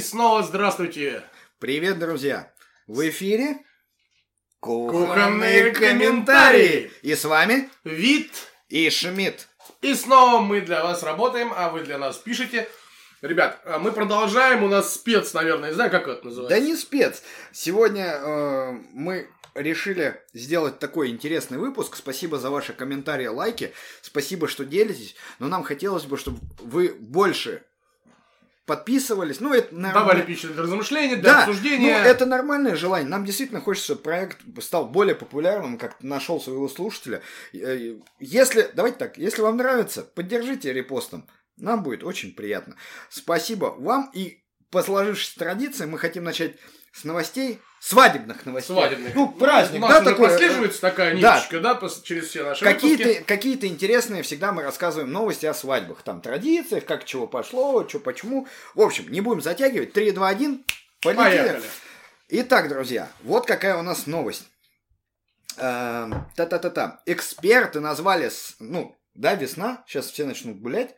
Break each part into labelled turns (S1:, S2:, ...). S1: снова здравствуйте!
S2: Привет, друзья! В эфире
S1: Кухонные комментарии.
S2: И с вами
S1: Вид!
S2: и Шмидт.
S1: И снова мы для вас работаем, а вы для нас пишете. Ребят, а мы продолжаем, у нас спец, наверное, не знаю, как это
S2: Да
S1: называется.
S2: не спец. Сегодня э, мы решили сделать такой интересный выпуск. Спасибо за ваши комментарии, лайки. Спасибо, что делитесь. Но нам хотелось бы, чтобы вы больше подписывались. Ну, это, наверное,
S1: Давали пищу для размышления, для
S2: Да,
S1: обсуждения.
S2: ну, это нормальное желание. Нам действительно хочется, чтобы проект стал более популярным, как нашел своего слушателя. Э, Если, давайте так, если вам нравится, поддержите репостом. Нам будет очень приятно. Спасибо вам и по сложившейся традиции мы хотим начать с новостей, свадебных новостей.
S1: Свадебных.
S2: Ну, праздник,
S1: У нас
S2: да,
S1: уже
S2: такой, э,
S1: прослеживается такая
S2: да.
S1: ниточка, да, пос- через все наши выпуски.
S2: Какие-то, какие-то интересные всегда мы рассказываем новости о свадьбах. Там традициях, как чего пошло, что почему. В общем, не будем затягивать. 3, 2, 1, полетели.
S1: Поехали.
S2: Итак, друзья, вот какая у нас новость. Эм, Та-та-та-та. Эксперты назвали, с- ну, да, весна, сейчас все начнут гулять.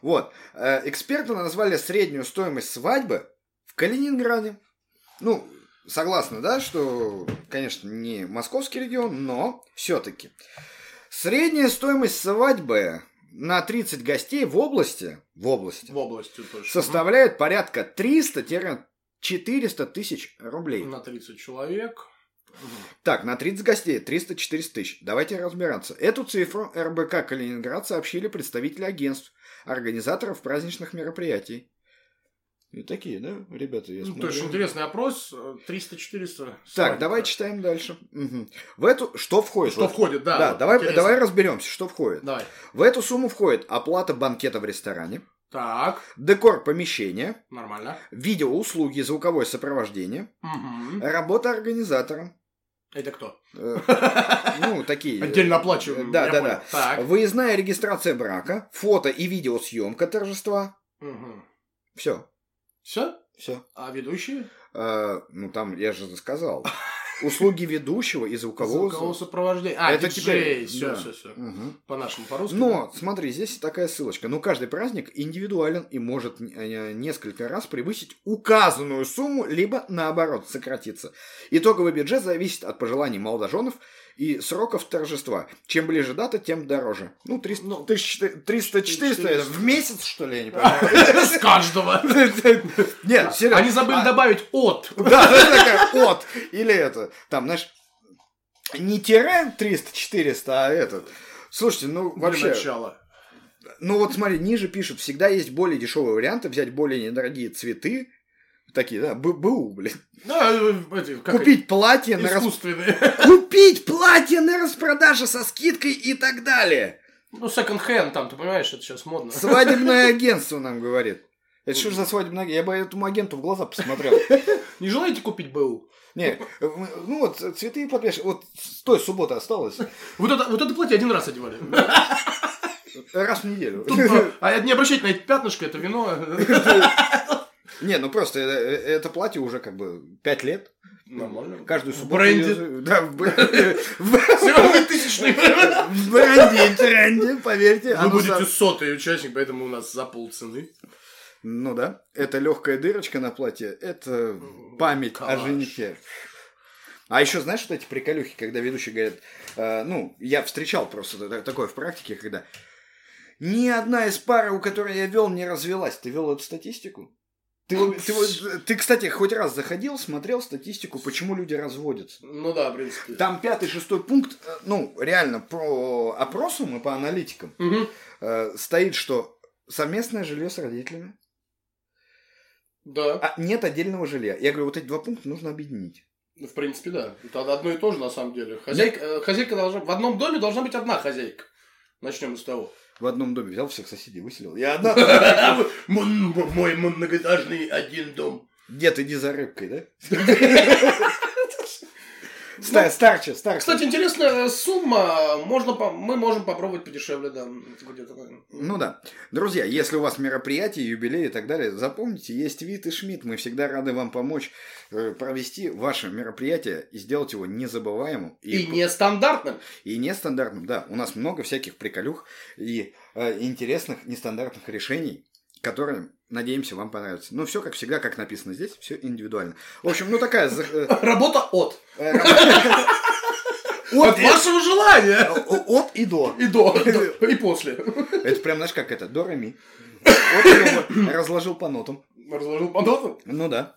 S2: Вот, Э, эксперты назвали среднюю стоимость свадьбы в Калининграде. Ну, согласны, да, что, конечно, не московский регион, но все-таки. Средняя стоимость свадьбы на 30 гостей в области, в области,
S1: В области точно.
S2: составляет порядка 300-400 тысяч рублей.
S1: На 30 человек.
S2: Так, на 30 гостей 300-400 тысяч. Давайте разбираться. Эту цифру РБК Калининград сообщили представители агентств, организаторов праздничных мероприятий. И такие, да, ребята? Я
S1: Ну,
S2: смотрю.
S1: то есть интересный опрос. э, 300-400.
S2: Так,
S1: свадеб,
S2: давай
S1: да.
S2: читаем дальше. Мгм. В эту... Что входит?
S1: Что
S2: Вот.
S1: входит, да.
S2: Да,
S1: вот,
S2: давай,
S1: интересно.
S2: давай разберемся, что входит.
S1: Давай.
S2: В эту сумму входит оплата банкета в ресторане,
S1: Так,
S2: декор помещения,
S1: нормально.
S2: видеоуслуги, звуковое сопровождение,
S1: Мгм.
S2: работа организатора,
S1: Это кто?
S2: э, ну, такие... э,
S1: Отдельно оплачиваем.
S2: Да,
S1: я
S2: да,
S1: понял.
S2: да.
S1: Так.
S2: Выездная регистрация брака, фото и видеосъемка торжества. Все.
S1: Все?
S2: Все.
S1: А ведущие?
S2: ну, там, я же сказал. Услуги ведущего и звукового.
S1: Звукового сопровождения. А,
S2: Это
S1: диджей.
S2: теперь,
S1: Все,
S2: да.
S1: все, все.
S2: Мгм.
S1: По-нашему, по-русски.
S2: Но, смотри, здесь такая ссылочка. Но каждый праздник индивидуален и может э, несколько раз превысить указанную сумму, либо наоборот сократиться. Итоговый бюджет зависит от пожеланий молодоженов и сроков торжества. Чем ближе дата, тем дороже. Ну, 300,
S1: Ну,
S2: 300-400 это
S1: 400.
S2: в месяц, что ли, я не понимаю.
S1: С каждого.
S2: Нет, серьезно.
S1: Они забыли
S2: А,
S1: добавить от.
S2: Да, это такая от. Или это, там, знаешь, не тире 300-400, а этот. Слушайте, ну
S1: Для
S2: вообще,
S1: начала.
S2: ну вот смотри, ниже пишут, всегда есть более дешевые варианты, взять более недорогие цветы, такие, да, Б- БУ, блин.
S1: Да, э, эти, как
S2: Купить платье
S1: это,
S2: на рас-
S1: Искусственные.
S2: Купить платье на распродаже со скидкой и так далее.
S1: Ну, секонд-хенд там, ты понимаешь, это сейчас модно.
S2: Свадебное агентство нам говорит. Это что же за свадебное агентство? Я бы этому агенту в глаза посмотрел.
S1: Не желаете купить БУ?
S2: Не, э, ну вот э, цветы подвешивают. Вот с той субботы осталось.
S1: Вот это, вот это платье один раз одевали.
S2: Раз в неделю.
S1: Тут, э, а не обращайте на эти пятнышко, это вино.
S2: Не, ну просто э, э, это платье уже как бы 5 лет.
S1: Нормально.
S2: Каждую
S1: В
S2: субботу...
S1: бренде.
S2: ее- Да, в бренде. В-
S1: Всего тысячный.
S2: В бренде и тренде, поверьте.
S1: Вы
S2: Оно за-
S1: будете сотый участник, поэтому у нас за полцены.
S2: Ну да. Это легкая дырочка на платье. Это память о
S1: Калаш.
S2: женихе. А еще знаешь вот эти приколюхи, когда ведущие говорят, э, ну, я встречал просто та- такое в практике, когда ни одна из пар, у которой я вел, не развелась. Ты вел эту статистику? Ты, вот- ты, вот- ты, кстати, хоть раз заходил, смотрел статистику, почему люди разводятся?
S1: Ну да, в принципе.
S2: Там пятый, шестой пункт, э, ну, реально, по опросам и по аналитикам
S1: Мгм.
S2: э, стоит, что совместное жилье с родителями,
S1: Да.
S2: а нет отдельного жилья. Я говорю, вот эти два пункта нужно объединить.
S1: Ну, В принципе, да. Это одно и то же, на самом деле. Хозяйка, э, хозяйка должна... В одном доме должна быть одна хозяйка. Начнем с того.
S2: В одном доме взял всех соседей, выселил. Я одна.
S1: Мон- Мой многоэтажный один дом.
S2: Дед, иди за рыбкой, да? Ста- Старче, старче.
S1: Ну, Кстати, интересная сумма. Можно по- Мы можем попробовать подешевле, да. Где-то.
S2: Ну да. Друзья, если у вас мероприятие, юбилей и так далее, запомните, есть Вит и Шмидт. Мы всегда рады вам помочь э, провести ваше мероприятие и сделать его незабываемым
S1: И нестандартным.
S2: и нестандартным. Да, у нас много всяких приколюх и э, интересных нестандартных решений, которые, надеемся, вам понравятся. Но все, как всегда, как написано здесь, все индивидуально. В общем, ну такая... за- э,
S1: Работа от.
S2: э, работа- От
S1: От вашего желания.
S2: и- От и до.
S1: И до, до, и после.
S2: Это прям, знаешь, как это, до, ре, ми. От и до. Разложил по нотам.
S1: Разложил по нотам?
S2: Ну да.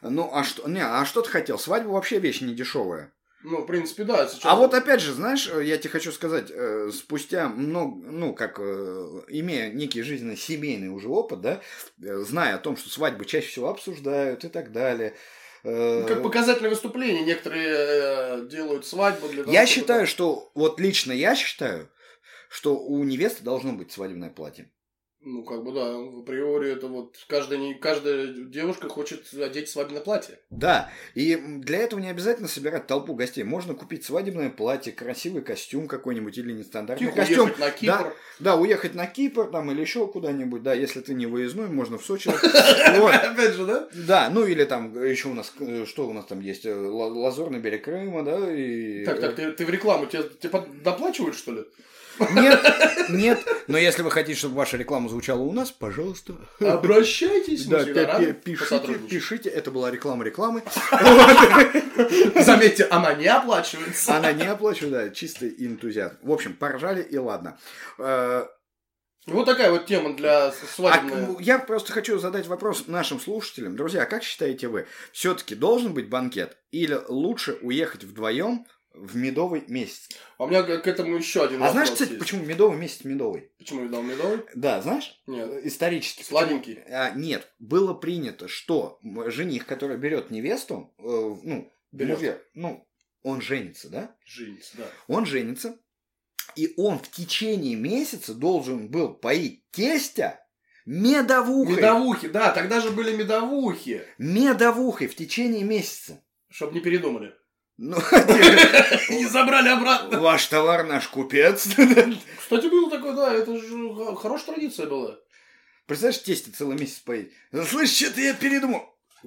S2: Ну, а что, не, а что ты хотел? Свадьба вообще вещь не дешевая.
S1: Ну, в принципе, да. сейчас-
S2: А вот опять же, знаешь, э, я тебе хочу сказать, э, спустя много, ну, как, э, имея некий жизненный семейный уже опыт, да, э, зная о том, что свадьбы чаще всего обсуждают и так далее. э,
S1: Ну, Как показательное выступление некоторые э, делают свадьбу для того,
S2: я
S1: чтобы-
S2: считаю, что, вот лично я считаю, что у невесты должно быть свадебное платье.
S1: Ну, как бы, да, в априори это вот каждая, не- каждая девушка хочет одеть свадебное платье.
S2: Да, и м, для этого не обязательно собирать толпу гостей. Можно купить свадебное платье, красивый костюм какой-нибудь или нестандартный
S1: Тихо
S2: костюм.
S1: уехать на Кипр.
S2: Да, уехать на Кипр там или еще куда-нибудь, да, если ты не выездной, можно в Сочи. Вот.
S1: Опять же, да?
S2: Да, ну или там еще у нас, э, что у нас там есть, э, Ла- Лазурный берег Крыма, да, и... э,
S1: Так, так, ты, ты в рекламу, тебе, тебе под- доплачивают, что ли?
S2: Нет, э, нет, но если вы хотите, чтобы ваша реклама звучала у нас, пожалуйста.
S1: Обращайтесь, мы
S2: Да,
S1: всегда
S2: пя-
S1: рады
S2: пя- пишите,
S1: посотрудничать.
S2: пишите, это была реклама рекламы.
S1: Заметьте, она не оплачивается.
S2: Она не оплачивает, да, чистый энтузиазм. В общем, поржали и ладно. Э,
S1: Вот такая вот тема для с-
S2: А
S1: свадебной.
S2: к- я просто хочу задать вопрос нашим слушателям. Друзья, а как считаете вы, все-таки должен быть банкет или лучше уехать вдвоем в медовый месяц?
S1: А у меня к к этому еще один
S2: а
S1: вопрос
S2: знаешь, кстати,
S1: есть.
S2: почему медовый месяц медовый?
S1: Почему я дал медовый?
S2: Да, знаешь, э,
S1: Нет.
S2: исторически.
S1: Сладенький.
S2: А, нет, было принято, что м- жених, который берет невесту, э, ну,
S1: Берет.
S2: мужья, ну, он женится, да?
S1: Женится, да.
S2: Он женится, и он в течение месяца должен был поить тестя медовухой.
S1: Медовухи, да, тогда же были медовухи.
S2: Медовухой в течение месяца.
S1: Чтоб не передумали.
S2: Ну,
S1: И забрали обратно.
S2: ваш товар наш купец.
S1: Кстати, было такое, да, это же х- хорошая традиция была.
S2: Представляешь, тесте целый месяц поедет. Слышь, что-то я передумал.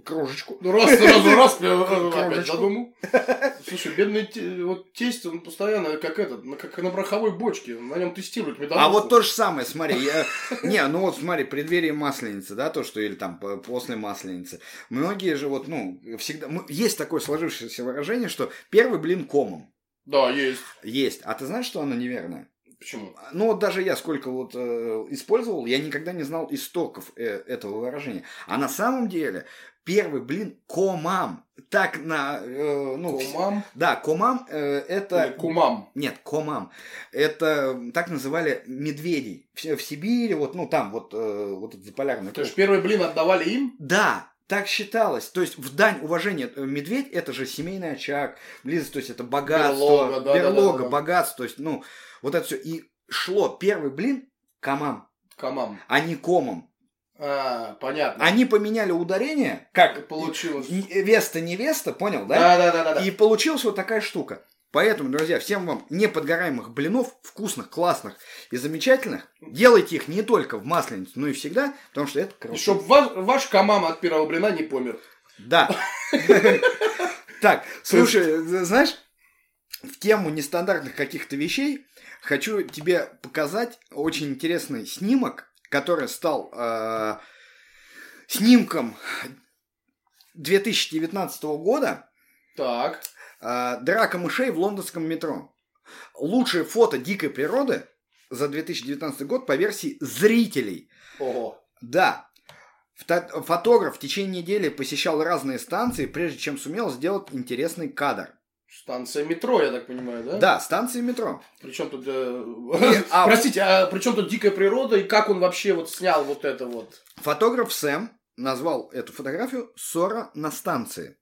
S2: Кружечку.
S1: Ну, раз, раз, раз, э, опять
S2: Кружечку.
S1: задумал. Слушай, бедный те- вот тесть, он постоянно как этот, на- как на пороховой бочке, на нем тестируют медовуху.
S2: А вот то же самое, смотри, я- не, ну вот смотри, преддверие масленицы, да, то, что или там п- после масленицы. Многие же вот, ну, всегда, ну, есть такое сложившееся выражение, что первый блин комом.
S1: Да, есть.
S2: Есть. А ты знаешь, что оно неверное?
S1: Почему?
S2: Ну вот даже я сколько вот э, использовал, я никогда не знал истоков э, этого выражения. А на самом деле первый блин комам. Так на э, ну вс-
S1: Кумам
S2: да комам э, это
S1: или кумам?
S2: нет комам это м, так называли медведей в, в Сибири вот ну там вот э, вот этот заполярный
S1: То
S2: круг.
S1: есть первый блин отдавали им?
S2: Да, так считалось. То есть в дань уважения э, медведь это же семейный очаг, близость, то есть это богатство,
S1: Берлога, да, да,
S2: берлога,
S1: да, да.
S2: богатство, то есть ну вот это все и шло первый блин комам,
S1: Камам.
S2: а не комам.
S1: А, понятно.
S2: Они поменяли ударение, как
S1: Получилось.
S2: невеста невеста, понял, да?
S1: Да, да, да, да. да.
S2: И получилась вот такая штука. Поэтому, друзья, всем вам неподгораемых блинов, вкусных, классных и замечательных. Делайте их не только в масленицу, но и всегда, потому что это
S1: И
S2: красота.
S1: чтоб ваш, ваш камам от первого блина не помер.
S2: Да. Так, слушай, знаешь, в тему нестандартных каких-то вещей хочу тебе показать очень интересный снимок, который стал э, снимком 2019 года
S1: Так.
S2: э, «Драка мышей в лондонском метро». Лучшее фото дикой природы за 2019 год по версии зрителей.
S1: Ого.
S2: Да. Фто- Фотограф в течение недели посещал разные станции, прежде чем сумел сделать интересный кадр.
S1: Станция метро, я так понимаю, да?
S2: Да, станции метро.
S1: Причем тут... э,
S2: И, а,
S1: Простите, а при чем тут дикая природа и как он вообще вот снял вот это вот?
S2: Фотограф Сэм назвал эту фотографию «Ссора на станции».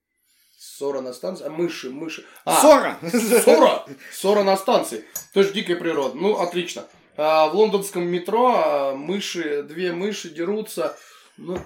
S1: Ссора на станции. А мыши, мыши. А,
S2: Ссора!
S1: ссора! Ссора на станции. То есть дикая природа. Ну, отлично. А, в лондонском метро а, мыши, две мыши дерутся. Ну,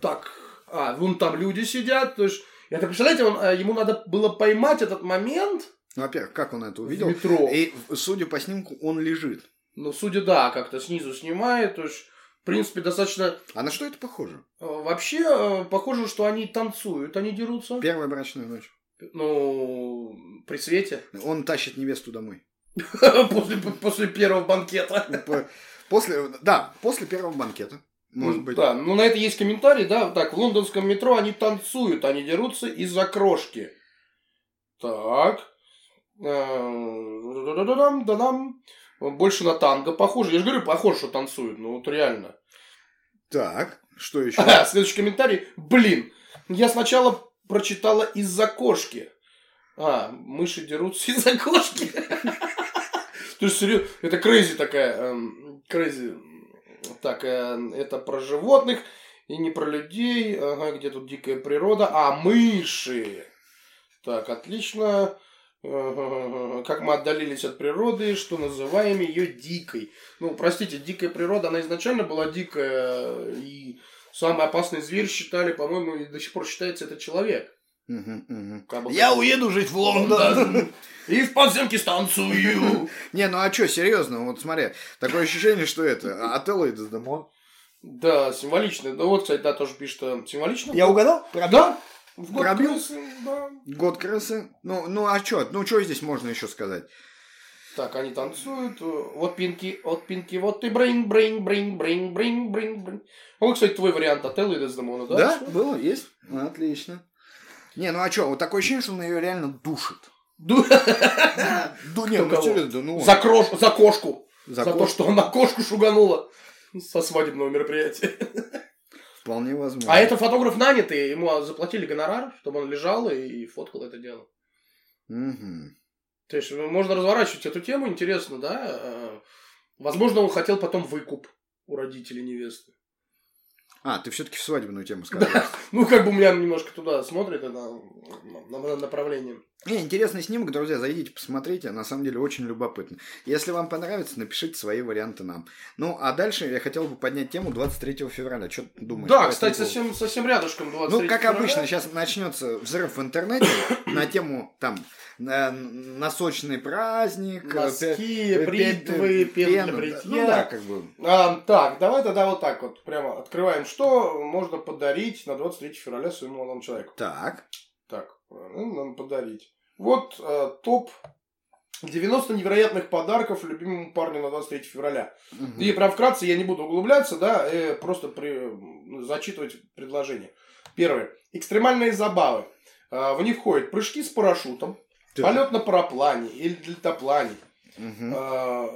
S1: так. А, вон там люди сидят. То есть, это, представляете, он, а, ему надо было поймать этот момент
S2: Ну, Во-первых, как он это
S1: в
S2: увидел?
S1: метро.
S2: И, судя по снимку, он лежит.
S1: Ну, судя, да, как-то снизу снимает. То есть, в принципе, достаточно...
S2: А на что это похоже?
S1: э, Вообще, э, похоже, что они танцуют, они дерутся.
S2: Первая брачная ночь.
S1: Ну, при свете.
S2: Он тащит невесту домой.
S1: После, после первого банкета.
S2: По- После, да, после первого банкета. Может
S1: Ну,
S2: быть.
S1: Да, ну на это есть комментарий, да, так, в лондонском метро они танцуют, они дерутся из-за крошки. Так. да дам Больше на танго похоже. Я же говорю, похоже, что танцуют, ну вот реально.
S2: Так, что еще?
S1: Ага, Следующий комментарий. Блин, я сначала прочитала из-за кошки. А, мыши дерутся из-за кошки. То есть, серьезно, это крейзи такая. Крейзи. Так, э, это про животных и не про людей. Ага, где тут дикая природа. А, мыши. Так, отлично. Э, Как мы отдалились от природы, что называем ее дикой. Ну, простите, дикая природа, она изначально была дикая и Самый опасный зверь считали, по-моему, и до сих пор считается это человек.
S2: Мгм, мгм.
S1: Как бы-
S2: Я уеду жить в Лондон.
S1: И в подземке станцую.
S2: Не, ну а что, серьезно, вот смотри, такое ощущение, что это, а, Отелло и Дездемон.
S1: Да, символично. Да вот, кстати, да, тоже пишет э, символично.
S2: угадал?
S1: Да. В год
S2: Пробил?
S1: крысы, да.
S2: Год крысы. Ну, ну а что, ну что здесь можно еще сказать?
S1: Так, они танцуют. э, Вот пинки, вот пинки, вот ты брейн, брейн, брейн, брейн, брейн, брейн, брейн. А вот, кстати, твой вариант Отелло и Дездемона, да?
S2: Да,
S1: Всё?
S2: было, есть? Ну, Отлично. Не, ну а что, вот такое ощущение, что он ее реально душит.
S1: Ду-
S2: Да не,
S1: Кто
S2: ну
S1: кого?
S2: серьезно, да ну.
S1: За, крош, за кошку.
S2: за
S1: за то,
S2: кошку
S1: что она кошку шуганула со свадебного мероприятия.
S2: Вполне возможно.
S1: А это фотограф нанятый, ему заплатили гонорар, чтобы он лежал и фоткал это дело.
S2: Мгм.
S1: То есть ну, можно разворачивать эту тему, интересно, да? Э, Возможно, он хотел потом выкуп у родителей невесты.
S2: А, ты все-таки в свадебную тему сказал.
S1: Ну, как бы у меня немножко туда смотрит, это на, на направление.
S2: Не, интересный снимок, друзья, зайдите, посмотрите, на самом деле очень любопытно. Если вам понравится, напишите свои варианты нам. Ну, а дальше я хотел бы поднять тему 23 февраля. Что ты думаешь? по
S1: да,
S2: этому
S1: кстати,
S2: поводу?
S1: совсем, совсем рядышком 23
S2: Ну, как
S1: февраля.
S2: обычно, сейчас начнется взрыв в интернете на тему там э, носочный праздник, э, пе-
S1: Носки,
S2: пе-
S1: бритвы,
S2: пе-
S1: пен для
S2: пену, да.
S1: бритья.
S2: Ну да, как бы.
S1: А, так, давай тогда вот так вот прямо открываем, что можно подарить на 23 февраля своему молодому человеку.
S2: Так.
S1: Так, э, нам подарить. Вот э, топ 90 невероятных подарков любимому парню на 23 февраля.
S2: Мгм.
S1: И прям вкратце я не буду углубляться, да, э, просто при- м, зачитывать предложение. Первое. Экстремальные забавы. Э, в них входят прыжки с парашютом,
S2: Так.
S1: полет на параплане или дельтаплане,
S2: Мгм.
S1: э,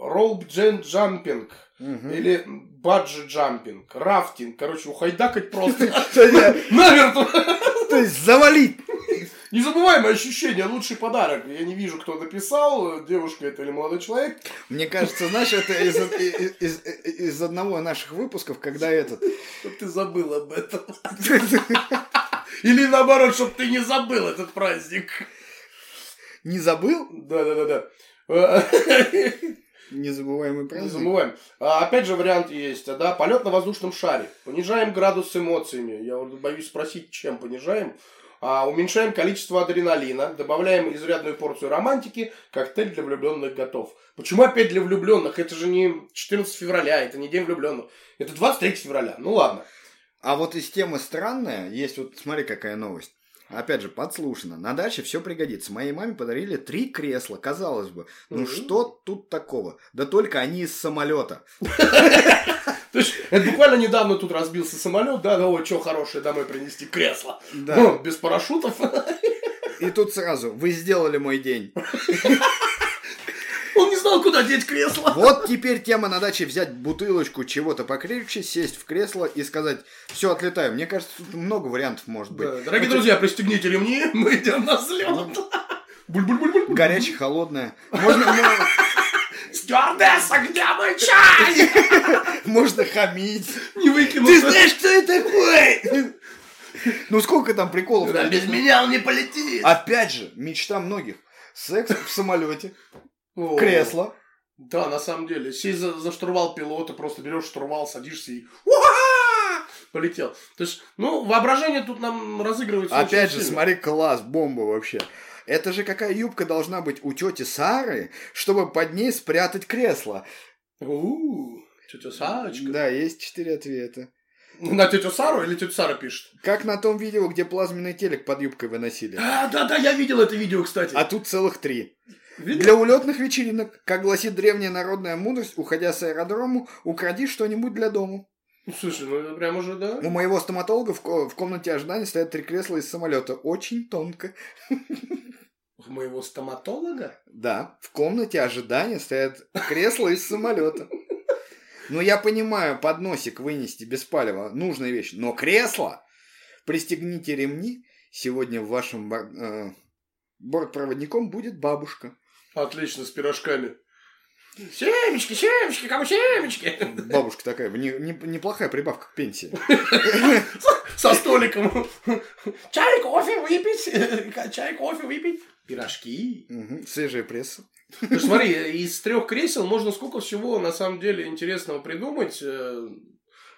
S1: роуп-джампинг
S2: Мгм.
S1: или баджи-джампинг, рафтинг. Короче, ухайдакать просто.
S2: То
S1: Намертво!
S2: есть завалить.
S1: Незабываемое ощущение, лучший подарок. Я не вижу, кто написал, э, девушка это или молодой человек.
S2: Мне кажется, знаешь, это из, из- из- из одного наших выпусков, когда этот...
S1: Чтоб ты забыл об этом. Или наоборот, чтобы ты не забыл этот праздник.
S2: Не забыл?
S1: Да-да-да-да. Э,
S2: Незабываемый
S1: Не
S2: праздник.
S1: забываем. А, Опять же, вариант есть, да, полет на воздушном шаре. Понижаем градус с эмоциями. Я вот боюсь спросить, чем понижаем. А, уменьшаем количество адреналина, добавляем изрядную порцию романтики, коктейль для влюбленных готов. Почему опять для влюбленных? Это же не 14 февраля, это не день влюбленных. Это 23 февраля. Ну ладно.
S2: А вот из темы странная, есть вот, смотри, какая новость. Опять же, подслушано. На даче все пригодится. Моей маме подарили три кресла, казалось бы. Ну
S1: Мгм.
S2: что тут такого? Да только они из самолета.
S1: То есть, это буквально недавно тут разбился самолет, да, ну, ой, что хорошее домой принести кресло.
S2: Да.
S1: Ну, без парашютов.
S2: И тут сразу, вы сделали мой день.
S1: Он не знал, куда деть кресло.
S2: Вот теперь тема на даче взять бутылочку чего-то покрепче, сесть в кресло и сказать, все, отлетаю. Мне кажется, тут много вариантов может быть.
S1: Да, дорогие друзья, пристегните ремни, мы идем на взлет. Буль-буль-буль-буль.
S2: Горячее, холодное. Можно, мо-
S1: Стюардесса, где мой чай?
S2: можно хамить.
S1: Не выкинуть.
S2: Ты знаешь, кто я такой? Ну сколько там приколов?
S1: Да, без меня он не полетит.
S2: Опять же, мечта многих. Секс в самолете,
S1: О,
S2: кресло.
S1: Да, на самом деле. Сесть за, за штурвал пилота, просто берешь штурвал, садишься и... уа! Полетел. То есть, ну, воображение тут нам разыгрывается
S2: Опять
S1: очень
S2: же,
S1: сильно.
S2: смотри, класс, бомба вообще. Это же какая юбка должна быть у тети Сары, чтобы под ней спрятать кресло?
S1: У, Тетя Сарочка.
S2: Да, есть четыре ответа.
S1: На тетю Сару или тетя Сара пишет?
S2: Как на том видео, где плазменный телек под юбкой выносили.
S1: А, да-да, я видел это видео, кстати.
S2: А тут целых три.
S1: Видел?
S2: Для улетных вечеринок, как гласит древняя народная мудрость, уходя с аэродрому, укради что-нибудь для дому.
S1: Ну, Слушай, ну это прям уже, да?
S2: У моего стоматолога в, ко- в комнате ожидания стоят три кресла из самолета. Очень тонко.
S1: У моего стоматолога?
S2: Да, в комнате ожидания стоят кресла из самолета. Ну, я понимаю, подносик вынести без палева – нужная вещь. Но кресло? Пристегните ремни. Сегодня вашим бор- э, бортпроводником будет бабушка.
S1: Отлично, с пирожками. Семечки, семечки, кому семечки?
S2: Бабушка такая, не- не- неплохая прибавка к пенсии.
S1: Со столиком. Чай, кофе выпить. Чай, кофе выпить. Пирожки.
S2: Мгм, Свежая пресса.
S1: Ну, смотри, из трех кресел можно сколько всего на самом деле интересного придумать, э,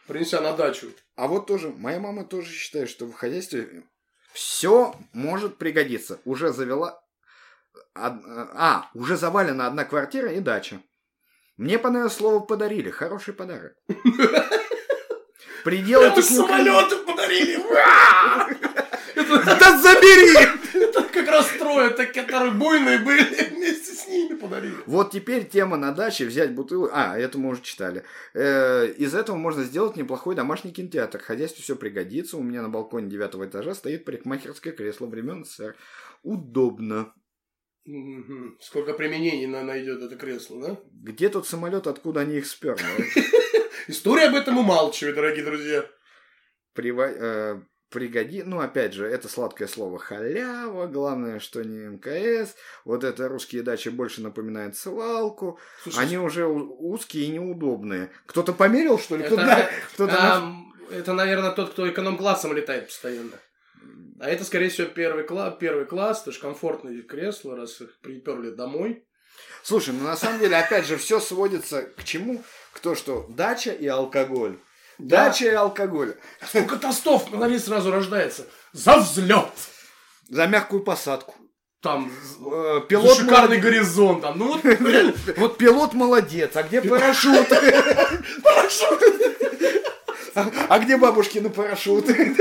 S1: принеся на дачу.
S2: А вот тоже, моя мама тоже считает, что в хозяйстве все может пригодиться. Уже завела... од- А, уже завалена одна квартира и дача. Мне понравилось слово «подарили». Хороший подарок.
S1: Прямо
S2: Приделайте
S1: с
S2: к нему-
S1: самолета подарили. Ура!
S2: Да забери!
S1: Это как раз трое, так, которые буйные были, вместе с ними подарили.
S2: Вот теперь тема на даче взять бутылку. А, это мы уже читали. Э, Из этого можно сделать неплохой домашний кинотеатр. Хозяйству все пригодится. У меня на балконе девятого этажа стоит парикмахерское кресло времен СССР. Удобно.
S1: Мгм. Сколько применений на- найдет это кресло, да?
S2: Где тот самолет, откуда они их сперли?
S1: История об этом умалчивает, дорогие друзья.
S2: Прива- э, Пригоди... Ну, опять же, это сладкое слово халява, главное, что не МКС. Вот это русские дачи больше напоминают свалку.
S1: Слушай,
S2: Они уже у- узкие и неудобные. Кто-то померил, что ли?
S1: это,
S2: Кто-то... на- кто-то на-
S1: ам, это, наверное, тот, кто эконом-классом летает постоянно. А это, скорее всего, первый, кла- первый класс, это же комфортные кресла, раз их приперли домой.
S2: Слушай, ну на самом деле, опять же, все сводится к чему? Кто что? Дача и алкоголь. Дача и алкоголь.
S1: Сколько тостов на ней сразу рождается. За взлет!
S2: За мягкую посадку.
S1: Там
S2: Э,
S1: пилот
S2: Пилот,
S1: шикарный
S2: молодец.
S1: горизонт. Там. Ну вот реально,
S2: Вот пилот молодец, а где парашют?
S1: парашют.
S2: А а где бабушкины парашюты?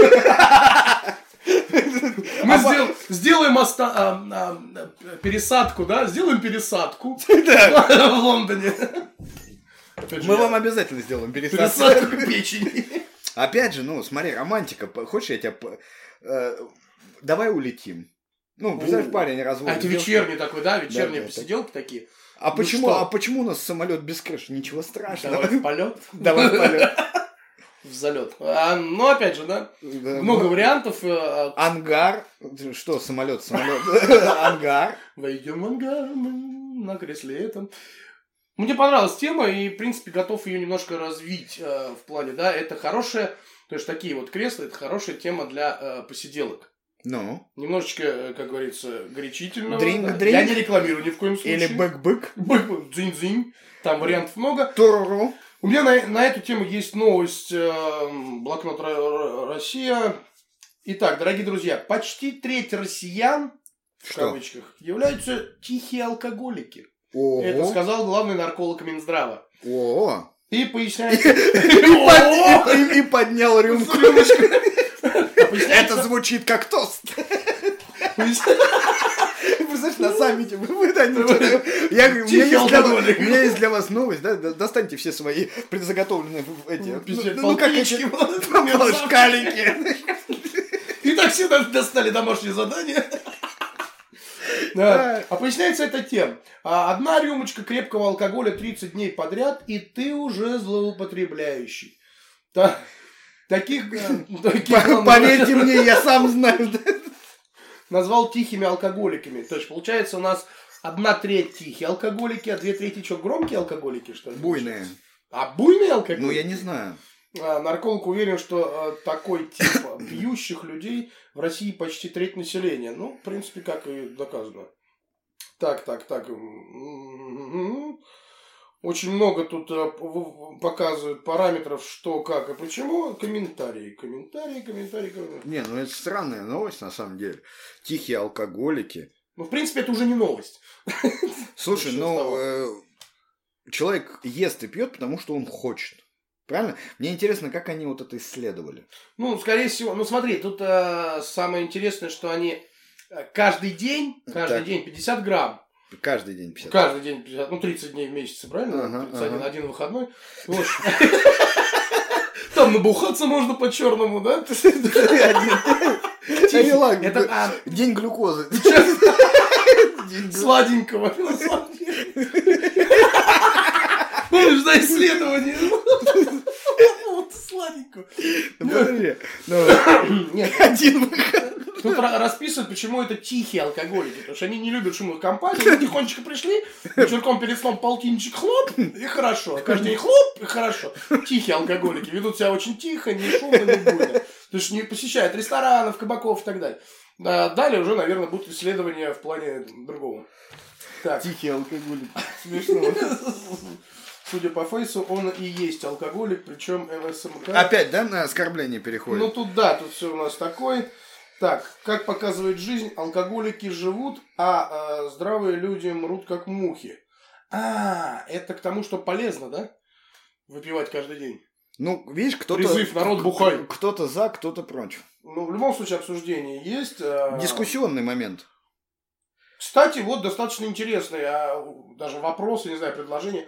S1: Мы
S2: А
S1: сдел- сделаем оста- ам, ам, э, пересадку, да? Сделаем пересадку
S2: Да.
S1: в Лондоне. Опять же,
S2: Мы
S1: я-
S2: вам обязательно сделаем пересадку.
S1: пересадку печени.
S2: Опять же, ну, смотри, романтика. П- Хочешь, я тебя... п- э, Давай улетим. Ну, представляешь,
S1: О.
S2: парень
S1: А
S2: разводит.
S1: это
S2: девушку.
S1: вечерний такой, да? Вечерние
S2: Да, да,
S1: посиделки такие.
S2: А
S1: Ну
S2: почему,
S1: что?
S2: а почему у нас самолет без крыши? Ничего страшного.
S1: Давай в полет.
S2: Давай в полет.
S1: В залет. А, ну, опять же, да?
S2: Да.
S1: Много вариантов. э, а,
S2: Ангар. Что, самолет, самолет. Ангар.
S1: Войдем в ангар мы на кресле этом. Мне понравилась тема, и, в принципе, готов ее немножко развить э, в плане, да, это хорошая, то есть такие вот кресла, это хорошая тема для э, посиделок.
S2: Ну.
S1: Немножечко, э, как говорится, горячительного.
S2: Drink,
S1: да.
S2: drink.
S1: Я не рекламирую ни в коем случае.
S2: Или бэк-бэк.
S1: Бэк- Дзинь-дзинь. Там вариантов много.
S2: Туруру.
S1: У меня на, на эту тему есть новость э, блокнот Ро- Ро- Россия. Итак, дорогие друзья, почти треть россиян в
S2: Что?
S1: кавычках являются тихие алкоголики. Это
S2: Ого.
S1: сказал главный нарколог Минздрава.
S2: Ого.
S1: И
S2: И
S1: поясняется,
S2: под- и- и поднял рюмку. Это
S1: поясняется,
S2: звучит как тост.
S1: поясняется-
S2: Представляешь, на саммите вы выдадите. Я говорю, у меня
S1: Тихий
S2: есть для вас-
S1: алкоголик.
S2: у меня есть для вас новость, да, да, достаньте все свои предзаготовленные в- эти,
S1: Пиздец,
S2: ну, ну, как
S1: полпички,
S2: эти,
S1: вот,
S2: полушкалики.
S1: И так все до- достали домашнее задание. Да. А поясняется это тем. а, Одна рюмочка крепкого алкоголя 30 дней подряд, и ты уже злоупотребляющий. Та- Таких, э, таких
S2: По-
S1: он
S2: Поверьте мне, я сам знаю. да.
S1: назвал тихими алкоголиками. То есть, получается, у нас одна треть тихие алкоголики, а две трети что, громкие алкоголики, что ли?
S2: Буйные.
S1: А буйные алкоголики?
S2: Ну, я не знаю.
S1: А, Нарколог уверен, что э, такой тип э, пьющих людей в России почти треть населения. Ну, в принципе, как и доказано. Так, так, так. М-м-м. Очень много тут э, п- в- в- показывают параметров, что, как и почему. Комментарии, комментарии, комментарии, комментарии.
S2: Не, ну это странная новость на самом деле. Тихие алкоголики.
S1: Ну, в принципе, это уже не новость.
S2: Слушай,
S1: Что
S2: ну
S1: стало?
S2: э, человек ест и пьет, потому что он хочет. Правильно? Мне интересно, как они вот это исследовали.
S1: Ну, скорее всего, ну смотри, тут э, самое интересное, что они э, каждый день, каждый
S2: Так.
S1: день 50 грамм
S2: Каждый день 50.
S1: Каждый день 50, ну 30 дней в месяц, правильно?
S2: Ага,
S1: 31,
S2: ага.
S1: один выходной. Вот. То там набухаться можно по-черному, да?
S2: Тифилак.
S3: Это, а,
S2: День глюкозы. День глю-
S1: Сладенького. Помнишь, да, исследование? Вот, сладенького.
S2: Ну, подожди. Ну,
S1: Нет,
S2: Один выход.
S1: Тут ра- расписывают, почему это тихие алкоголики. Потому что они не любят шумных компаний. Они тихонечко пришли, вечерком перед сном полтинчик хлоп, и хорошо. Каждый день хлоп, и хорошо. Тихие алкоголики ведут себя очень тихо, не шумно, не буйно. То есть не посещают ресторанов, кабаков и так далее. Да, далее уже, наверное, будут исследования в плане другого. Так.
S2: Тихий алкоголик.
S1: Смешно. Судя по фейсу, он и есть алкоголик, причем ЛСМК.
S2: Ну, Опять, да, на оскорбление переходит?
S1: Ну тут да, тут все у нас такое. Так, как показывает жизнь, алкоголики живут, а э, здравые люди мрут как мухи. А, это к тому, что полезно, да? Выпивать каждый день.
S2: Ну, видишь, кто-то...
S1: Призыв, народ, бухай.
S2: Кто-то за, кто-то против.
S1: Ну, в любом случае, обсуждение есть. э,
S2: Дискуссионный момент.
S1: Кстати, вот достаточно интересный а, у- даже вопрос, я не знаю, предложение.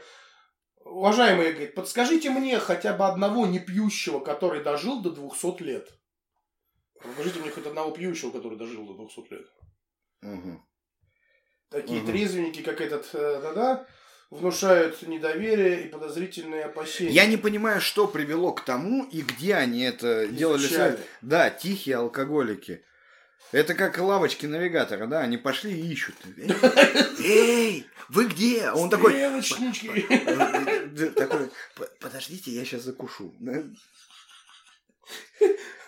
S1: Уважаемые, говорит, подскажите мне хотя бы одного непьющего, который дожил до 200 лет. Покажите мне хоть одного пьющего, который дожил до 200 лет.
S2: Мгм.
S1: Такие
S2: Мгм.
S1: трезвенники, как этот, э, да-да, внушают недоверие и подозрительные опасения.
S2: Я не понимаю, что привело к тому и где они это делали.
S1: Изучали.
S2: связь. Да, тихие алкоголики. Это как лавочки навигатора, да? Они пошли и ищут. Эй, Эй, вы где? А Он такой...
S1: Стрелочники.
S2: э, такой, «П- Подождите, я сейчас закушу.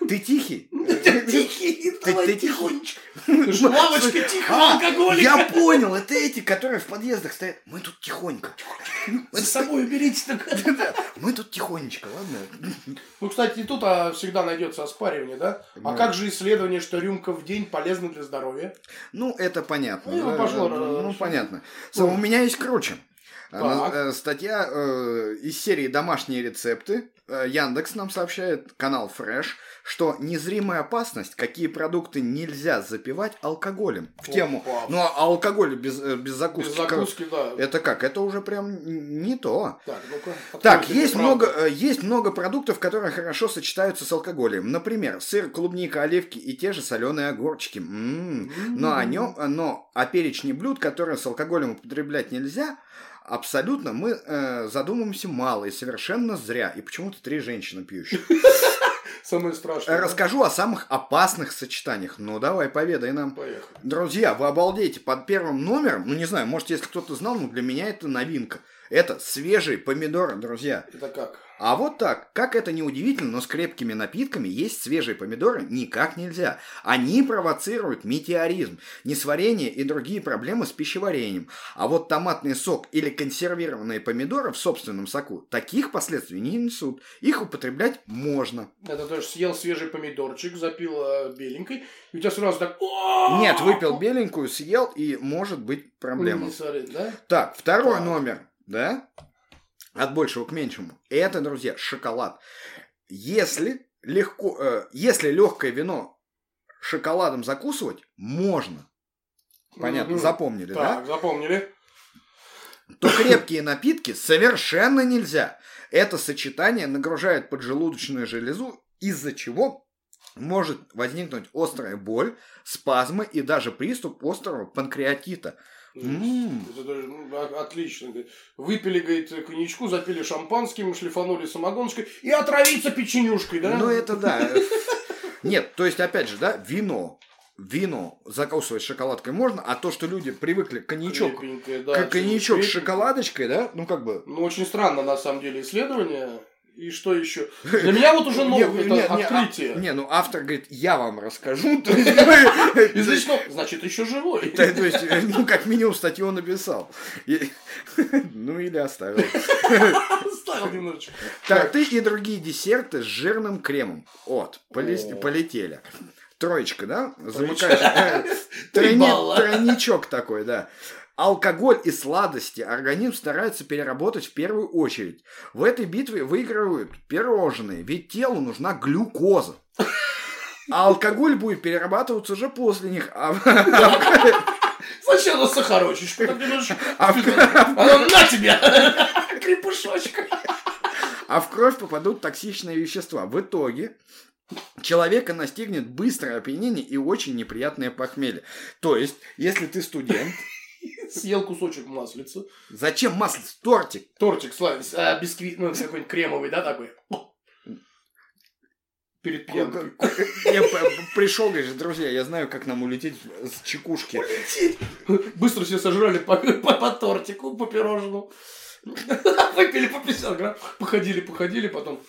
S2: Ты тихий?
S1: Тихий, давай
S2: ты тихий.
S1: тихонечко. Ты ж Лавочка тихо,
S2: А, Я
S1: алкоголика.
S2: понял, это эти, которые в подъездах стоят. Мы тут тихонько.
S1: За собой уберите только.
S2: Мы тут тихонечко, ладно?
S1: Ну, кстати, и тут а, всегда найдется оспаривание, да? А
S2: Ну.
S1: как же исследование, что рюмка в день полезна для здоровья?
S2: Ну, это понятно.
S1: Ну,
S2: да,
S1: пошло,
S2: да,
S1: да,
S2: ну,
S1: да,
S2: понятно. Со- у меня есть круче. Она,
S1: Так.
S2: э, Статья э, из серии «Домашние рецепты». Э, Яндекс нам сообщает, канал Fresh, что незримая опасность, какие продукты нельзя запивать алкоголем. В
S1: Опа.
S2: тему. Ну, а алкоголь без, э, без закуски.
S1: Без
S2: как-
S1: закуски, да.
S2: Это как? Это уже прям н- не то.
S1: Так, ну-ка. откройте
S2: Так,
S1: мне
S2: есть
S1: правду.
S2: много, э, есть много продуктов, которые хорошо сочетаются с алкоголем. Например, сыр, клубника, оливки и те же соленые огурчики. М-м. М.
S1: М.
S2: Но о нем, но о перечне блюд, которые с алкоголем употреблять нельзя, абсолютно мы э, задумываемся мало и совершенно зря. И почему-то три женщины пьющих.
S1: Самое страшное.
S2: Э,
S1: да?
S2: Расскажу о самых опасных сочетаниях. Ну давай, поведай нам.
S1: Поехали.
S2: Друзья, вы обалдеете, под первым номером, ну не знаю, может, если кто-то знал, но для меня это новинка. Это свежие помидоры, друзья.
S1: Это как?
S2: А вот так, как это не удивительно, но с крепкими напитками есть свежие помидоры никак нельзя. Они провоцируют метеоризм, несварение и другие проблемы с пищеварением. А вот томатный сок или консервированные помидоры в собственном соку таких последствий не несут. Их употреблять можно.
S1: Это то есть съел свежий помидорчик, запил э, беленькой, и у тебя сразу так... «О-о-о!»
S2: Нет, выпил беленькую, съел и может быть проблема.
S1: Не солит, да?
S2: Так, второй
S1: Так.
S2: номер, да? От большего к меньшему. Это, друзья, шоколад. Если легко, э, если легкое вино шоколадом закусывать, можно. Понятно,
S1: Мгм.
S2: запомнили,
S1: Так, запомнили.
S2: да? То крепкие напитки совершенно нельзя. Это сочетание нагружает поджелудочную железу, из-за чего может возникнуть острая боль, спазмы и даже приступ острого панкреатита. М.
S1: Это даже, ну, о- отлично. говорит. Выпили, говорит, э, коньячку, запили шампанским, шлифанули самогоночкой и отравиться печенюшкой, да?
S2: Ну, это да. Нет, то есть, опять же, да, вино. Вино закусывать шоколадкой можно, а то, что люди привыкли коньячок,
S1: Крепенькое, да,
S2: к- коньячок с
S1: крепенькое.
S2: шоколадочкой, да, ну как бы.
S1: Ну, очень странно, на самом деле, исследование. И что еще? Для меня вот уже
S2: Не,
S1: новое
S2: не, не,
S1: это
S2: а-
S1: открытие.
S2: Не, ну автор говорит, я вам расскажу. То есть, говорит,
S1: Из личного- значит, еще живой.
S2: то- то есть, ну, как минимум, статью он написал. И- Ну, или оставил.
S1: Оставил немножечко.
S2: Торты и другие десерты с жирным кремом. Вот, полез-
S1: О.
S2: полетели. Троечка, да? Замыкаешь.
S1: Три
S2: Тройни-
S1: балла.
S2: Тройничок такой, да. Алкоголь и сладости организм старается переработать в первую очередь. В этой битве выигрывают пирожные, ведь телу нужна глюкоза. А алкоголь будет перерабатываться уже после них. А,
S1: Сначала сахарочечку, так немножечко.
S2: а в-
S1: Она на тебя! Крепышочка.
S2: а в кровь попадут токсичные вещества. В итоге человека настигнет быстрое опьянение и очень неприятное похмелье. То есть, если ты студент,
S1: Съел кусочек маслица.
S2: зачем маслица? Тортик.
S1: Тортик, славен, а, бисквит, ну, какой-нибудь кремовый, да, такой. Перед
S2: Я
S1: пьянкой.
S2: пришел, говоришь, друзья, я знаю, как нам улететь с чекушки.
S1: Быстро все сожрали по, по- по тортику, по пирожному. Выпили по 50 грамм. Походили, походили, потом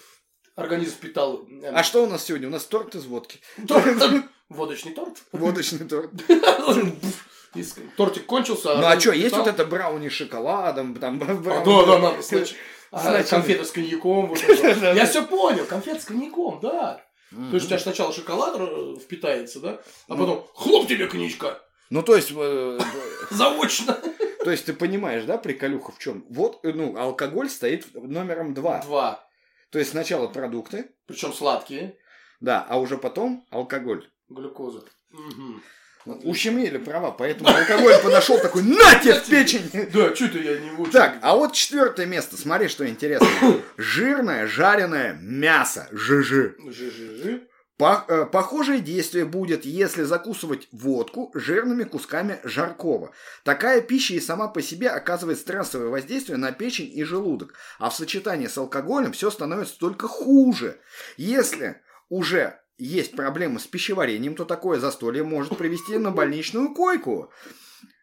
S1: организм питал. эм,
S2: А что у нас сегодня? У нас торт из водки.
S1: торт. Водочный торт.
S2: Водочный торт.
S1: И с- Тортик кончился.
S2: Ну а что, есть
S1: стал-
S2: вот это брауни с шоколадом, там
S1: А,
S2: бра- брауни...
S1: Да, да, надо, значит.
S2: Значит,
S1: конфеты с коньяком. вот это.
S2: Да,
S1: Я
S2: да.
S1: все понял, конфеты с коньяком, да.
S2: Мгм.
S1: То есть у тебя ж сначала шоколад э, впитается, да? А
S2: Ну.
S1: потом хлоп тебе книжка!
S2: Ну то есть, э,
S1: Заочно!
S2: то есть ты понимаешь, да, приколюха в чем? Вот, э, ну, алкоголь стоит номером два.
S1: Два.
S2: То есть сначала продукты,
S1: Причем сладкие.
S2: да, а уже потом алкоголь.
S1: Глюкоза. Мгм. Отлично.
S2: Ущемили права, поэтому алкоголь подошел такой, на тебе в печень!
S1: Да, что-то я не выучил.
S2: Так, а вот четвертое место, смотри, что интересно. Жирное жареное мясо, жижи.
S1: Жи-жи-жи.
S2: Пох- э, Похожее действие будет, если закусывать водку жирными кусками жаркого. Такая пища и сама по себе оказывает стрессовое воздействие на печень и желудок. А в сочетании с алкоголем все становится только хуже. Если уже есть проблемы с пищеварением, то такое застолье может привести на больничную койку.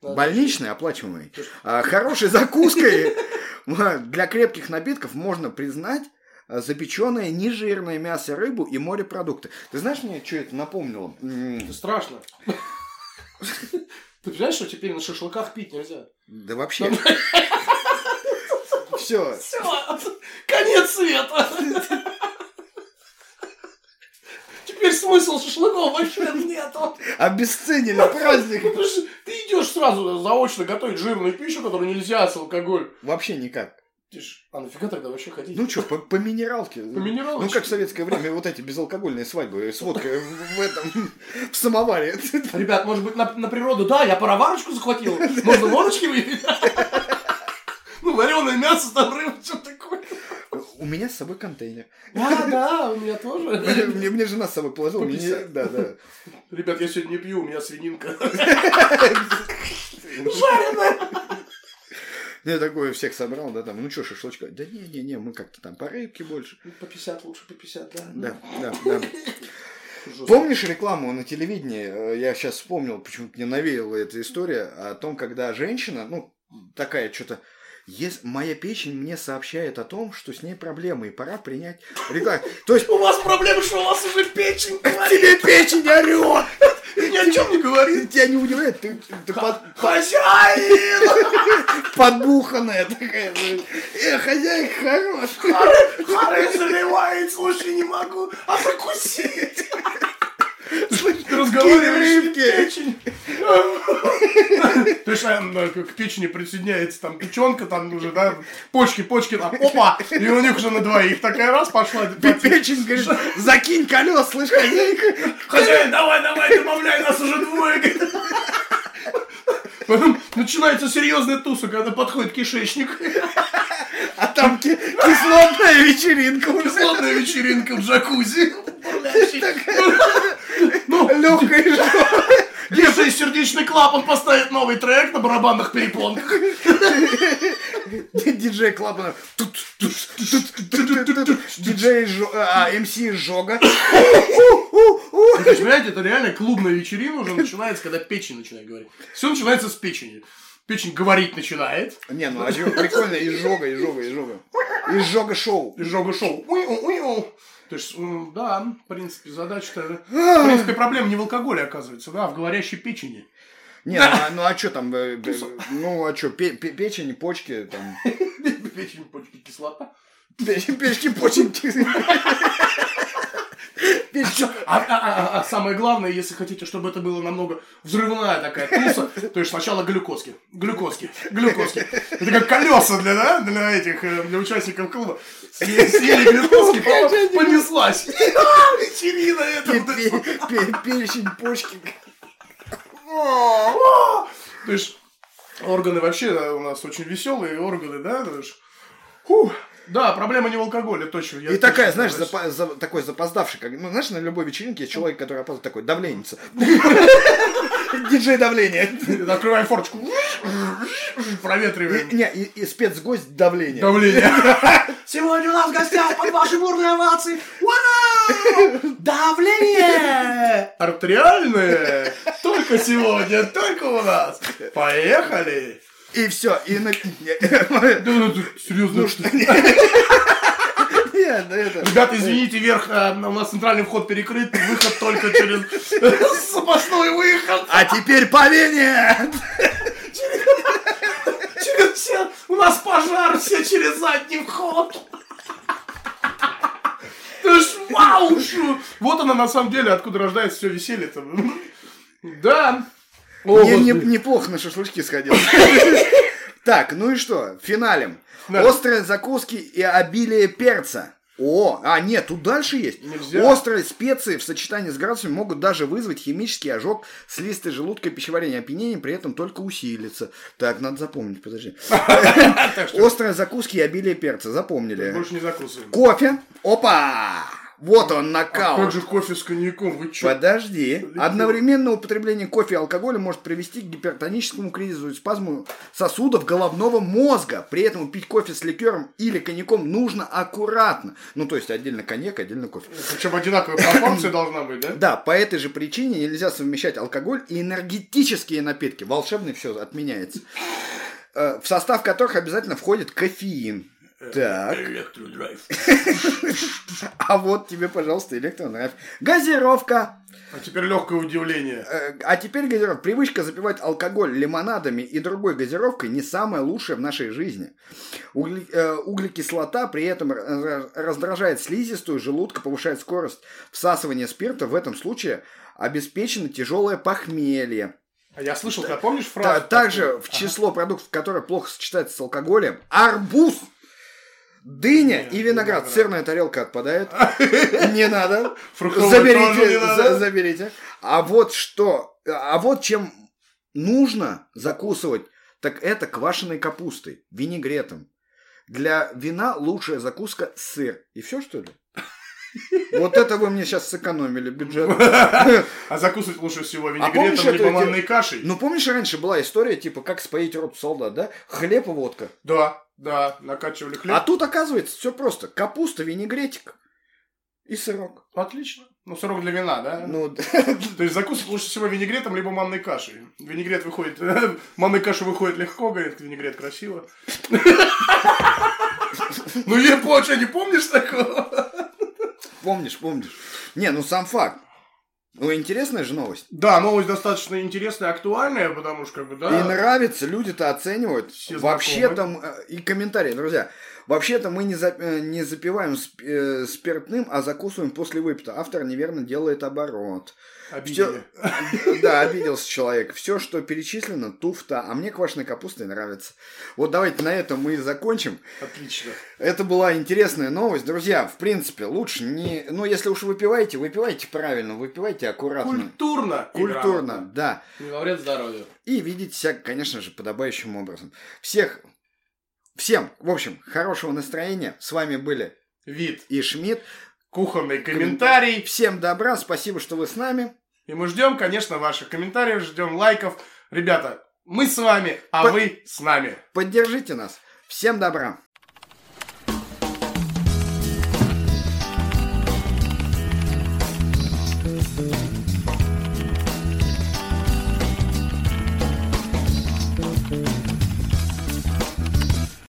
S1: Да.
S2: Больничный оплачиваемый. А, Хорошей закуской для крепких напитков можно признать а, запеченное нежирное мясо, рыбу и морепродукты. Ты знаешь, мне что это напомнило? М,
S1: Это страшно. Ты понимаешь, что теперь на шашлыках пить нельзя?
S2: Да вообще. Все.
S1: Все, конец света. Теперь смысл шашлыков вообще нету.
S2: Обесценили праздник.
S1: Потому что Ты идешь сразу заочно готовить жирную пищу, которую нельзя с алкоголь.
S2: Вообще никак.
S1: Ты ж- А нафига тогда вообще ходить?
S2: Ну что, по, по минералке?
S1: По минералочке.
S2: Ну как в советское время вот эти безалкогольные свадьбы с водкой в, в этом, в самоваре.
S1: Ребят, может быть, на, на природу? Да, я пароварочку захватил. Можно водочки выпить? Ну, вареное мясо, там рыба, что такое?
S2: У меня с собой контейнер.
S1: Да, да, у меня тоже.
S2: Мне, мне жена с собой положила.
S1: По
S2: мне не-
S1: 50.
S2: да, да.
S1: Ребят, я сегодня не пью, у меня свининка. Жареная.
S2: Я такой всех собрал, да, там, ну что, шашлычка? Да не-не-не, мы как-то там по рыбке больше.
S1: Ну, По 50 лучше, по 50, да?
S2: Да, да, да.
S1: Жестко.
S2: Помнишь рекламу на телевидении? Э, Я сейчас вспомнил, почему-то мне навеяла эта история о том, когда женщина, ну, такая что-то, «Ес- моя печень мне сообщает о том, что с ней проблемы, и пора принять рекламу. То есть,
S1: У вас проблема, что у вас уже печень говорит.
S2: тебе печень орет!
S1: Ни о чем не говорит.
S2: Тебя не удивляет, ты, ты под-
S1: Хозяин!
S2: подбуханная такая. знаешь. Э, хозяин хорош.
S1: Хары заливает, слушай, не могу. А закусить! Ты разговариваешь с печень. Ты же к печени присоединяется там печенка, там уже, да, почки, почки, там, опа, и у них уже на двоих такая раз пошла.
S2: Печень говорит, закинь колес, слышь, хозяйка.
S1: Хозяин, давай, давай, добавляй, нас уже двое. говорит. Потом начинается серьезная туса, когда подходит кишечник.
S2: А там ки- кислотная вечеринка уже.
S1: Бесплатная вечеринка в джакузи. Ну,
S2: Легкая
S1: Держи и сердечный клапан поставит новый трек на барабанных перепонках.
S2: Ди- Диджей Клапанов. Тут, тут, тут, тут, тут, тут, тут. Диджей Жо- а, МС Жога.
S1: Вы Представляете, это реально клубная вечерина уже начинается, когда печень начинает говорить. Все начинается с печени. Печень говорить начинает.
S2: Не, ну а чё, прикольно, и Жога, и Жога, и Жога. И Жога шоу.
S1: И жога шоу. Уй-у, уй-у. То есть, м, да, в принципе, задача-то... В принципе, проблема не в алкоголе, оказывается, да, а в говорящей печени.
S2: Не, ну а, ну а что там, э, э, ну а что, печень, почки, там.
S1: Печень, почки, кислота.
S2: Печень, Печки, почки. Печки.
S1: А, а- а- а самое главное, если хотите, чтобы это было намного взрывная такая туса, то есть сначала глюкозки, глюкозки, глюкозки. Это как колеса для, да, для этих, э, для участников клуба. Съели, съели глюкозки, потом понеслась. Вечерина это.
S2: Пе-
S1: вот это.
S2: пе- пе- Перечень, почки.
S1: О, о. То э, есть органы вообще да, у нас очень веселые органы, да, то есть. Фу. Да, проблема не в алкоголе, точно. я
S2: И такая,
S1: точно
S2: знаешь,
S1: согласен.
S2: запа- за- такой запоздавший, как, ну, знаешь, на любой вечеринке есть человек, который опаздывает, такой, давленица. Диджей давление.
S1: Открываем форточку. Проветриваем.
S2: Не, и, и спецгость давление.
S1: Давление. Сегодня у нас в гостях под ваши бурные овации. Вау! Давление! Артериальное! Только сегодня, только у нас. Поехали!
S2: И все. И на... не,
S1: Да, ну, ты серьезно, что ли?
S2: не, ну это-
S1: Ребята, извините, верх, э, у нас центральный вход перекрыт, выход только через запасной выход.
S2: А теперь по Вене!
S1: Через все, у нас пожар, все через задний вход. Ты ж вау, шо. Вот она на самом деле, откуда рождается все веселье то Да. О,
S2: Мне не-
S1: господи.
S2: неплохо на шашлычки сходил. Так, ну и что? Финалем.
S1: Да.
S2: Острые закуски и обилие перца. О, а нет, тут дальше есть.
S1: Нельзя.
S2: Острые специи в сочетании с градусами могут даже вызвать химический ожог слизистой желудка и пищеварения. Опьянение при этом только усилится. Так, надо запомнить, подожди. Острые закуски и обилие перца, запомнили.
S1: Больше не закусываем.
S2: Кофе. Опа! Вот он,
S1: Как
S2: нокаут.
S1: же кофе с коньяком, вы чё?
S2: Подожди.
S1: Летит.
S2: Одновременное употребление кофе и алкоголя может привести к гипертоническому кризису и спазму сосудов головного мозга. При этом пить кофе с ликером или коньяком нужно аккуратно. Ну, то есть отдельно коньяк, отдельно кофе.
S1: Причем одинаковая пропорция должна быть, да?
S2: Да, по этой же причине нельзя совмещать алкоголь и энергетические напитки. Волшебный все отменяется. Э, В состав которых обязательно входит кофеин. Так.
S1: Электродрайв.
S2: А вот тебе, пожалуйста, электронравь. Газировка,
S1: А теперь легкое удивление.
S2: Э, А теперь газировка. Привычка запивать алкоголь лимонадами и другой газировкой не самая лучшая в нашей жизни. Угли- э, углекислота при этом раз- раздражает слизистую желудка, повышает скорость всасывания спирта. В этом случае обеспечено тяжелое похмелье.
S1: А я слышал, ты помнишь
S2: Та-
S1: фразу?
S2: также в число продуктов, которые плохо сочетаются с алкоголем, арбуз, дыня
S1: Нет,
S2: и виноград.
S1: виноград.
S2: Сырная тарелка отпадает. Не надо.
S1: Фруктовый тоже не
S2: Заберите,
S1: надо.
S2: за- заберите. А вот что, а вот чем нужно закусывать, так это квашеной капустой, винегретом. Для вина лучшая закуска сыр. И все, что ли? Вот это вы мне сейчас сэкономили бюджет.
S1: А закусывать лучше всего
S2: помнишь
S1: винегретом,
S2: эту
S1: либо
S2: идею?
S1: манной кашей.
S2: Ну, помнишь, раньше была история, типа, как споить рот солдат, да? Хлеб и водка.
S1: Да, да, накачивали
S2: А
S1: хлеб.
S2: тут, оказывается, все просто. Капуста, винегретик и сырок.
S1: Отлично. Ну, сырок для вина, да?
S2: Ну, да.
S1: То есть закусывать лучше всего винегретом, либо манной кашей. Винегрет выходит... Манной каша выходит легко, говорит, винегрет красиво. Ну, я почва, не помнишь такого?
S2: помнишь, помнишь. Не, ну сам факт. Ну, интересная же новость.
S1: Да, новость достаточно интересная, актуальная, потому что, как бы,
S2: И
S1: да...
S2: нравится, люди-то оценивают.
S1: Все
S2: Вообще-то, м, э, и комментарии, друзья. Вообще-то мы не, за- э, не запиваем сп- э, спиртным, а закусываем после выпита. Автор неверно делает оборот.
S1: Обидели.
S2: Да, обиделся человек. Все, что перечислено, туфта. А мне квашеная капуста и нравится. Вот давайте на этом мы и закончим.
S1: Отлично.
S2: Это была интересная новость. Друзья, в принципе, лучше не... Ну, если уж выпиваете, выпивайте правильно, выпивайте аккуратно.
S1: Культурно. и грамотно.
S2: Культурно, да.
S1: Не во вред здоровью.
S2: И ведите себя, конечно же, подобающим образом. Всех... Всем, в общем, хорошего настроения. С вами были
S1: Вид.
S2: и Шмидт.
S1: Кухонный комментарий.
S2: Всем добра, спасибо, что вы с нами.
S1: И мы ждем, конечно, ваших комментариев, ждем лайков. Ребята, мы с вами, а
S2: По-
S1: вы с нами.
S2: Поддержите нас. Всем добра.